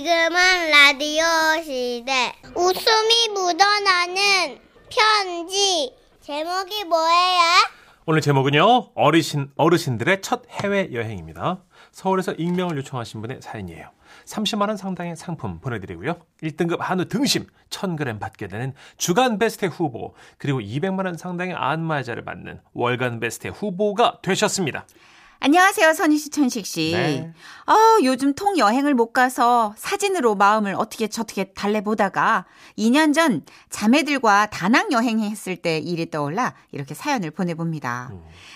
지금은 라디오 시대. 웃음이 묻어나는 편지. 제목이 뭐예요? 오늘 제목은요. 어르신 어르신들의 첫 해외 여행입니다. 서울에서 익명을 요청하신 분의 사연이에요. 30만 원 상당의 상품 보내드리고요. 1등급 한우 등심 1,000g 받게 되는 주간 베스트 후보 그리고 200만 원 상당의 안마자를 받는 월간 베스트 후보가 되셨습니다. 안녕하세요, 선희 씨, 천식 씨. 네. 아, 요즘 통 여행을 못 가서 사진으로 마음을 어떻게 저떻게 달래보다가 2년 전 자매들과 다낭 여행했을 때 일이 떠올라 이렇게 사연을 보내봅니다.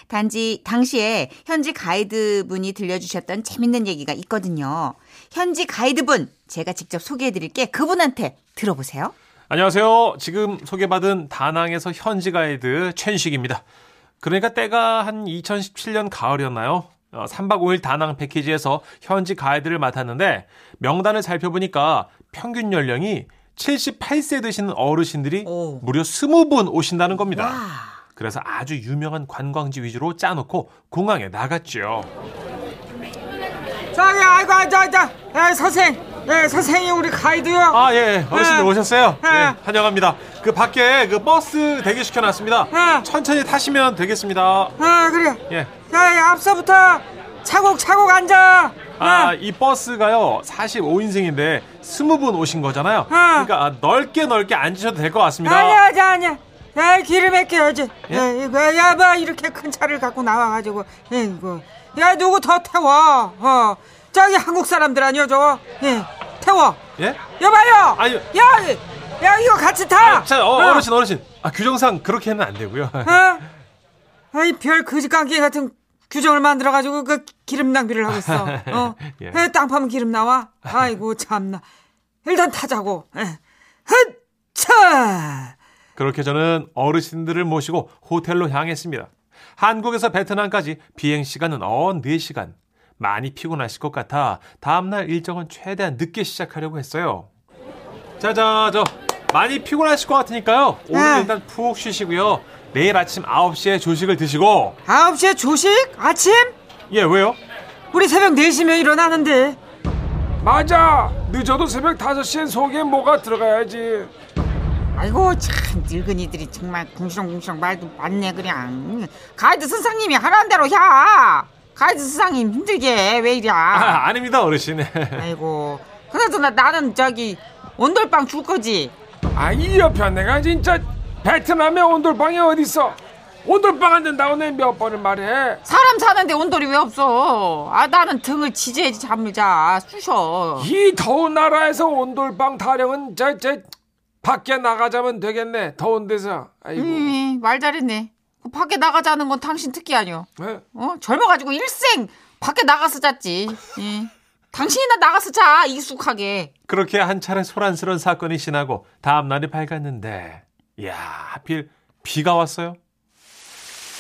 단지 당시에 현지 가이드분이 들려주셨던 재밌는 얘기가 있거든요. 현지 가이드분 제가 직접 소개해드릴게 그분한테 들어보세요. 안녕하세요. 지금 소개받은 다낭에서 현지 가이드 최식입니다. 그러니까 때가 한 2017년 가을이었나요? 어, 3박 5일 다낭 패키지에서 현지 가이드를 맡았는데 명단을 살펴보니까 평균 연령이 78세 되시는 어르신들이 오. 무려 20분 오신다는 겁니다. 와. 그래서 아주 유명한 관광지 위주로 짜놓고 공항에 나갔죠. 저기 아이고 저저 예, 선생 예 선생님 우리 가이드요 아, 예, 어르신들 음. 예. 오셨어요? 예, 예. 환영합니다. 그 밖에 그 버스 대기시켜 놨습니다. 음. 예. 천천히 타시면 되겠습니다. 아 그래 예. 야, 야 앞서부터 차곡차곡 앉아 예. 아, 이 버스가요, 45인승인데, 20분 오신 거잖아요. 그러니까 아, 넓게 넓게 앉으셔도 될 것 같습니다. 아니야 아니야 아니야 야 기름 맡겨야지 예? 야야뭐 이렇게 큰 차를 갖고 나와가지고 예 이거 야 누구 더 태워 어 저기 한국 사람들 아니요 저예 태워 예? 여봐요 아니- 야야 이거 같이 타 아, 자, 어, 르신 어르신. 아, 규정상 그렇게는 안 되고요. 어? 아이 별 거지깡기 같은 규정을 만들어 가지고 그 기름 낭비를 하고 있어. 어? 예. 에, 땅 파면 기름 나와. 아이고 참나. 일단 타자고. 예. 헛차. 그렇게 저는 어르신들을 모시고 호텔로 향했습니다. 한국에서 베트남까지 비행시간은 언 4시간. 많이 피곤하실 것 같아 다음날 일정은 최대한 늦게 시작하려고 했어요. 자자, 저 많이 피곤하실 것 같으니까요. 오늘 네. 일단 푹 쉬시고요. 내일 아침 9시에 조식을 드시고 아홉 시에 조식? 아침? 예, 왜요? 우리 새벽 4시면 일어나는데. 맞아. 늦어도 새벽 5시엔 속에 뭐가 들어가야지. 아이고 참 늙은이들이 정말 궁시렁궁시렁 말도 많네 그냥 가이드 선생님이 하라는 대로 해 가이드 선생님 힘들게 왜 이래 아, 아닙니다, 어르신. 아이고 그나저나 나는 저기 온돌빵 줄 거지 아이 옆에 내가 진짜 베트남에 온돌방이 어딨어? 온돌방 안 된다고 내가 몇 번을 말해. 사람 사는데 온돌이 왜 없어 아 나는 등을 지지해지 잠을 자 쑤셔 이 더운 나라에서 온돌방 타령은 저, 저 밖에 나가자면 되겠네. 더운 데서. 아이고. 음, 말 잘했네 그 밖에 나가자는 건 당신 특기 아니오 어? 어? 젊어가지고 일생 밖에 나가서 잤지 예. 당신이나 나가서 자 익숙하게 그렇게 한 차례 소란스러운 사건이 지나고 다음 날이 밝았는데 이야 하필 비가 왔어요.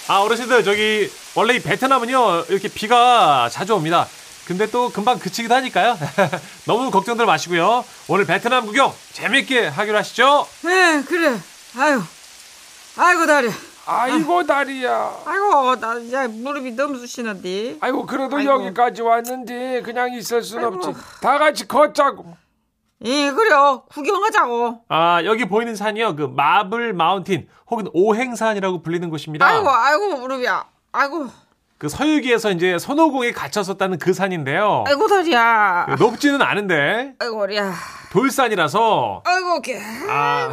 아 어르신들 저기 원래 이 베트남은요 이렇게 비가 자주 옵니다. 근데 또 금방 그치기도 하니까요. 너무 걱정들 마시고요. 오늘 베트남 구경 재밌게 하기로 하시죠. 에, 예, 그래. 아유. 아이고 다리. 아이고 다리야. 아이고 나 이제 무릎이 너무 쑤시는데. 아이고 그래도 아이고. 여기까지 왔는데 그냥 있을 순 아이고. 없지. 다 같이 걷자고. 예, 그래요. 구경하자고. 아 여기 보이는 산이요 그 마블 마운틴 혹은 오행산이라고 불리는 곳입니다. 아이고 아이고 무릎이야. 아이고. 그 서유기에서 이제 손오공에 갇혔었다는 그 산인데요. 아이고 다리야. 그 높지는 않은데 아이고 허리야. 돌산이라서 아이고 개. 아,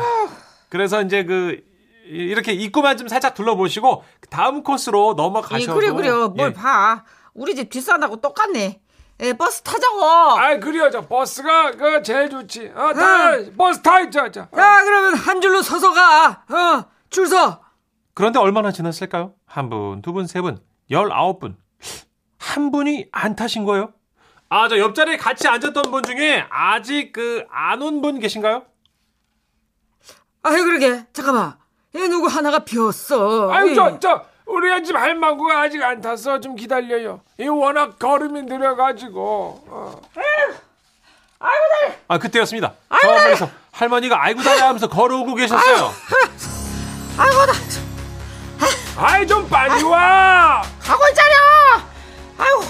그래서 이제 그 이- 이렇게 입구만 좀 살짝 둘러보시고 그 다음 코스로 예, 넘어가셔도 그래 그래 뭘 예. 봐. 우리 집 뒷산하고 똑같네. 예, 버스 타자고. 아이 그래요. 저 버스가 그 제일 좋지. 어, 다 버스 타 있자. 자. 야, 그러면 한 줄로 서서 가. 어, 줄 서. 그런데 얼마나 지났을까요? 한 분, 두 분, 세 분, 열아홉 분. 한 분이 안 타신 거예요? 아, 저 옆자리에 같이 앉았던 분 중에 아직 그 안 온 분 계신가요? 아유, 그러게. 잠깐만. 얘 누구 하나가 비었어. 아유 예. 저, 저 우리 집 할망구가 아직 안 탔어 좀 기다려요 이 워낙 걸음이 느려가지고 어. 아, 그때였습니다. 저 멀리서 할머니가 아이고 다야 하면서 걸어오고 계셨어요. 아이고 나 아이 좀 빨리 와 가고 있잖아. 아이고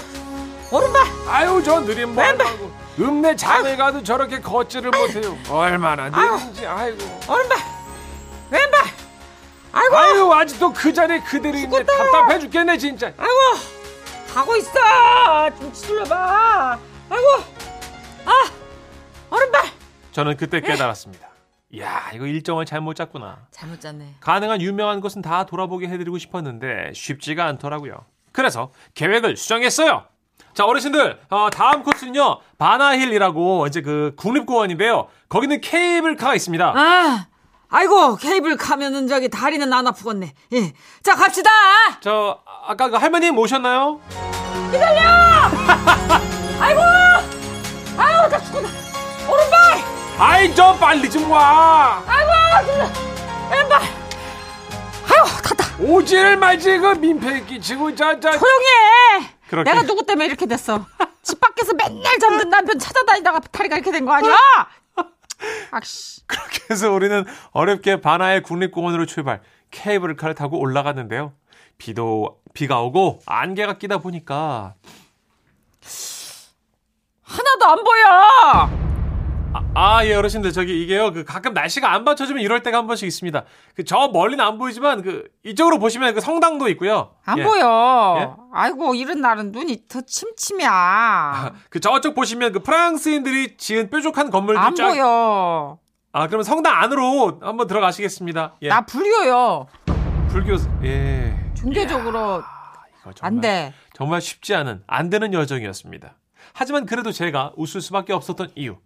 오른발 아유 저 느린 바람하고 읍내 장에 가도 저렇게 걷지를 못해요. 얼마나 느린지 아이고. 오른발 왼발 아이고 아유 아직도 그 자리에 그대로 있네. 죽겠다. 답답해 죽겠네 진짜. 아이고 가고 있어 좀 치둘러봐 아이고 아 오른발 저는 그때 깨달았습니다. 이야, 이거 일정을 잘못 짰구나. 잘못 잤네. 가능한 유명한 곳은 다 돌아보게 해드리고 싶었는데 쉽지가 않더라고요. 그래서 계획을 수정했어요. 자 어르신들 어, 다음 코스는요 바나힐이라고 이제 그 국립공원인데요 거기는 케이블카가 있습니다. 아 아이고 케이블 가면은 저기 다리는 안 아프겠네 예자 갑시다 저 아- 아까 그 할머니 모셨나요? 아이고 아유 나 죽겠다 오른발 아이 저 빨리 좀 와. 아이고 왼발 아유 갔다 오지를 말지 그 민폐 끼치고 자자. 조용히 해 그렇게. 내가 누구 때문에 이렇게 됐어 집 밖에서 맨날 잠든 남편 찾아다니다가 다리가 이렇게 된 거 아니야 아씨 그래서 우리는 어렵게 바나의 국립공원으로 출발 케이블카를 타고 올라갔는데요. 비도 비가 오고 안개가 끼다 보니까 하나도 안 보여 아 예 어르신들 저기 이게요 그 가끔 날씨가 안 받쳐주면 이럴 때가 한 번씩 있습니다. 그 저 멀리는 안 보이지만 그 이쪽으로 보시면 그 성당도 있고요. 안 예. 보여. 예? 아이고 이런 날은 눈이 더 침침이야. 그 저쪽 보시면 그 프랑스인들이 지은 뾰족한 건물들 안 보여. 아 그러면 성당 안으로 한번 들어가시겠습니다. 예. 나 불교요. 불교 예. 종교적으로 이거 정말- 안 돼. 정말 쉽지 않은 안 되는 여정이었습니다. 하지만 그래도 제가 웃을 수밖에 없었던 이유.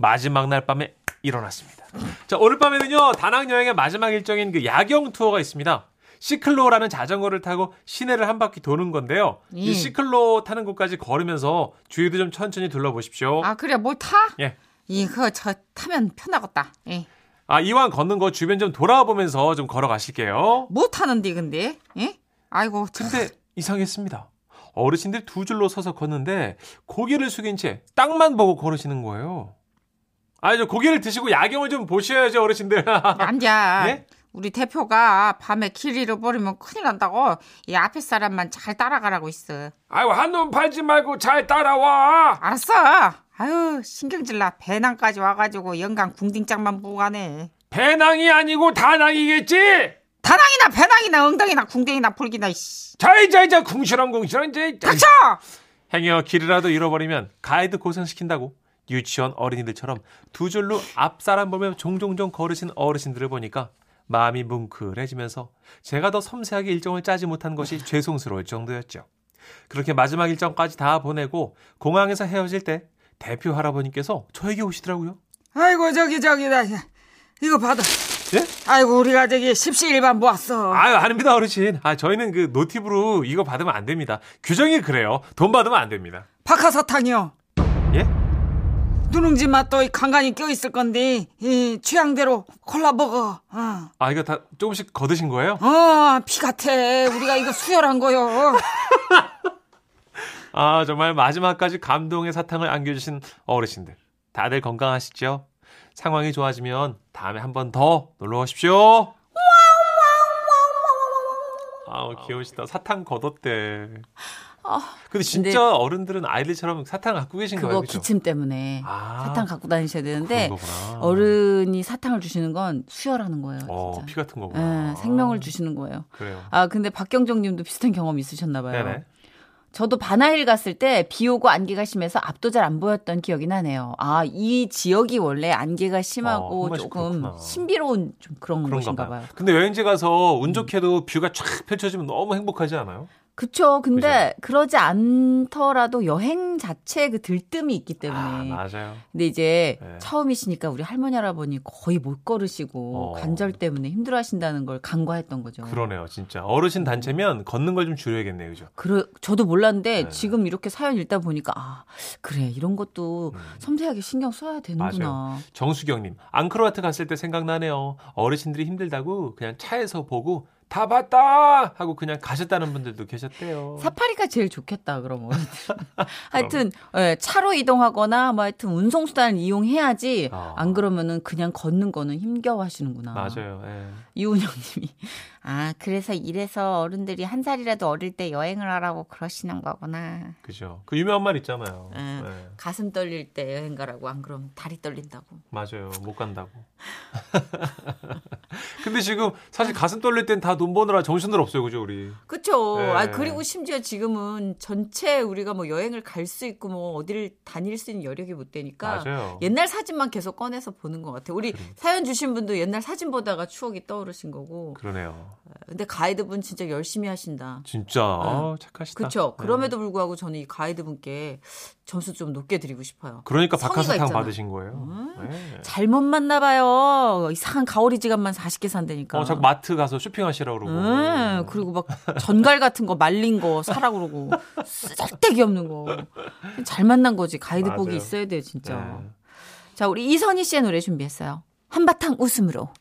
마지막 날 밤에 일어났습니다. 자, 오늘 밤에는요, 다낭 여행의 마지막 일정인 그 야경 투어가 있습니다. 시클로라는 자전거를 타고 시내를 한 바퀴 도는 건데요. 이 예. 시클로 타는 곳까지 걸으면서 주위도 좀 천천히 둘러보십시오. 아 그래 뭘 타? 어? 예. 이거 저 타면 편하겠다. 예. 아, 이왕 걷는 거 주변 좀 돌아보면서 좀 걸어가실게요. 뭐 못 타는데 근데. 예? 아이고 참. 근데 이상했습니다. 어르신들 두 줄로 서서 걷는데 고개를 숙인 채 땅만 보고 걸으시는 거예요. 아, 저 고개를 드시고 야경을 좀 보셔야죠, 어르신들. 안자. 예? 우리 대표가 밤에 길 잃어버리면 큰일 난다고 이 앞에 사람만 잘 따라가라고 있어. 아이고 한눈 팔지 말고 잘 따라와. 알았어. 아유 신경질 나 배낭까지 와가지고 영감 궁딩짝만 보고 가네. 배낭이 아니고 다낭이겠지. 다낭이나 배낭이나 엉덩이나 궁뎅이나 풀기나 이씨. 자이자 이자 궁시렁궁시렁 이제. 닥쳐! 행여 길이라도 잃어버리면 가이드 고생시킨다고 유치원 어린이들처럼 두 줄로 앞 사람 보며 종종종 걸으신 어르신들을 보니까 마음이 뭉클해지면서 제가 더 섬세하게 일정을 짜지 못한 것이 죄송스러울 정도였죠. 그렇게 마지막 일정까지 다 보내고 공항에서 헤어질 때 대표 할아버님께서 저에게 오시더라고요. 아이고 저기 저기 나 이거 받아. 예? 아이고 우리가 저기 십시일반 모았어. 아유 아닙니다 어르신. 아 저희는 그 노팁으로 이거 받으면 안 됩니다. 규정이 그래요. 돈 받으면 안 됩니다. 박하사탕이요. 예? 누룽지 맛도 이 간간히 껴 있을 건데 이 취향대로 콜라 먹어. 어, 아 이거 다 조금씩 거드신 거예요? 어, 피 같아. 우리가 이거 수혈한 거요. 아, 정말 마지막까지 감동의 사탕을 안겨주신 어르신들. 다들 건강하시죠? 상황이 좋아지면 다음에 한 번 더 놀러 오십시오. 아우, 귀여우시다. 사탕 걷었대. 근데 진짜 아, 근데- 어른들은 아이들처럼 사탕 갖고 계신 그거 거예요. 그죠? 기침 때문에 아, 사탕 갖고 다니셔야 되는데 그런 거구나. 어른이 사탕을 주시는 건 수혈하는 거예요. 어, 진짜. 피 같은 거구나. 예, 생명을 주시는 거예요. 그래요. 아 근데 박경정 님도 비슷한 경험 있으셨나 봐요. 네네. 저도 바나힐 갔을 때 비 오고 안개가 심해서 앞도 잘 안 보였던 기억이 나네요. 아, 이 지역이 원래 안개가 어, 심하고 한 번씩 조금 그렇구나. 신비로운 좀 그런 그런가 곳인가 봐요. 봐요. 근데 여행지 가서 운 좋게도 뷰가 쫙 펼쳐지면 너무 행복하지 않아요? 그쵸. 근데 그러지 않더라도 여행 자체의 그 들뜸이 있기 아, 때문에. 맞아요. 근데 이제 네. 처음이시니까 우리 할머니 할아버니 거의 못 걸으시고 어. 관절 때문에 힘들어하신다는 걸 간과했던 거죠. 음. 그러네요, 진짜. 어르신 단체면 걷는 걸 좀 줄여야겠네요, 그죠? 그러- 저도 몰랐는데 네. 지금 이렇게 사연 읽다 보니까 아 그래 이런 것도 섬세하게 신경 써야 되는구나. 음. 맞아요. 정수경님, 앙크로아트 갔을 때 생각나네요. 어르신들이 힘들다고 그냥 차에서 보고 다 봤다 하고 그냥 가셨다는 분들도 계셨대요. 사파리가 제일 좋겠다 그러면 하여튼 예, 차로 이동하거나 뭐 하여튼 운송수단을 이용해야지 아. 안 그러면은 그냥 걷는 거는 힘겨워하시는구나 맞아요. 예. 이운영님이 아, 그래서 이래서 어른들이 한 살이라도 어릴 때 여행을 하라고 그러시는 거구나. 그죠. 그 유명한 말 있잖아요. 음. 예. 가슴 떨릴 때 여행 가라고 안 그러면 다리 떨린다고 맞아요. 못 간다고. 근데 지금 사실 가슴 떨릴 땐 다 돈 버느라 정신들 없어요. 그죠, 우리. 그쵸 네. 아 그리고 심지어 지금은 전체 우리가 뭐 여행을 갈 수 있고 뭐 어디를 다닐 수 있는 여력이 못 되니까 맞아요. 그러니까. 옛날 사진만 계속 꺼내서 보는 것 같아요. 우리 사연 주신 분도 옛날 사진 보다가 추억이 떠오르신 거고. 그러네요. 근데 가이드분 진짜 열심히 하신다. 진짜 아, 착하시다. 그쵸. 예. 그럼에도 불구하고 저는 이 가이드분께 점수 좀 높게 드리고 싶어요. 그러니까 성의가 박하사탕 있잖아. 음. 받으신 거예요. 예. 잘못 만나봐요. 이상한 가오리 지갑만 40개 산다니까. 어, 자꾸 마트 가서 쇼핑하시라 그러고. 음, 그리고 막 전갈 같은 거 말린 거 사라 그러고 쓸데기 없는 거. 잘 만난 거지. 가이드 맞아요. 복이 있어야 돼요, 진짜. 예. 자, 우리 이선희 씨의 노래 준비했어요. 한바탕 웃음으로.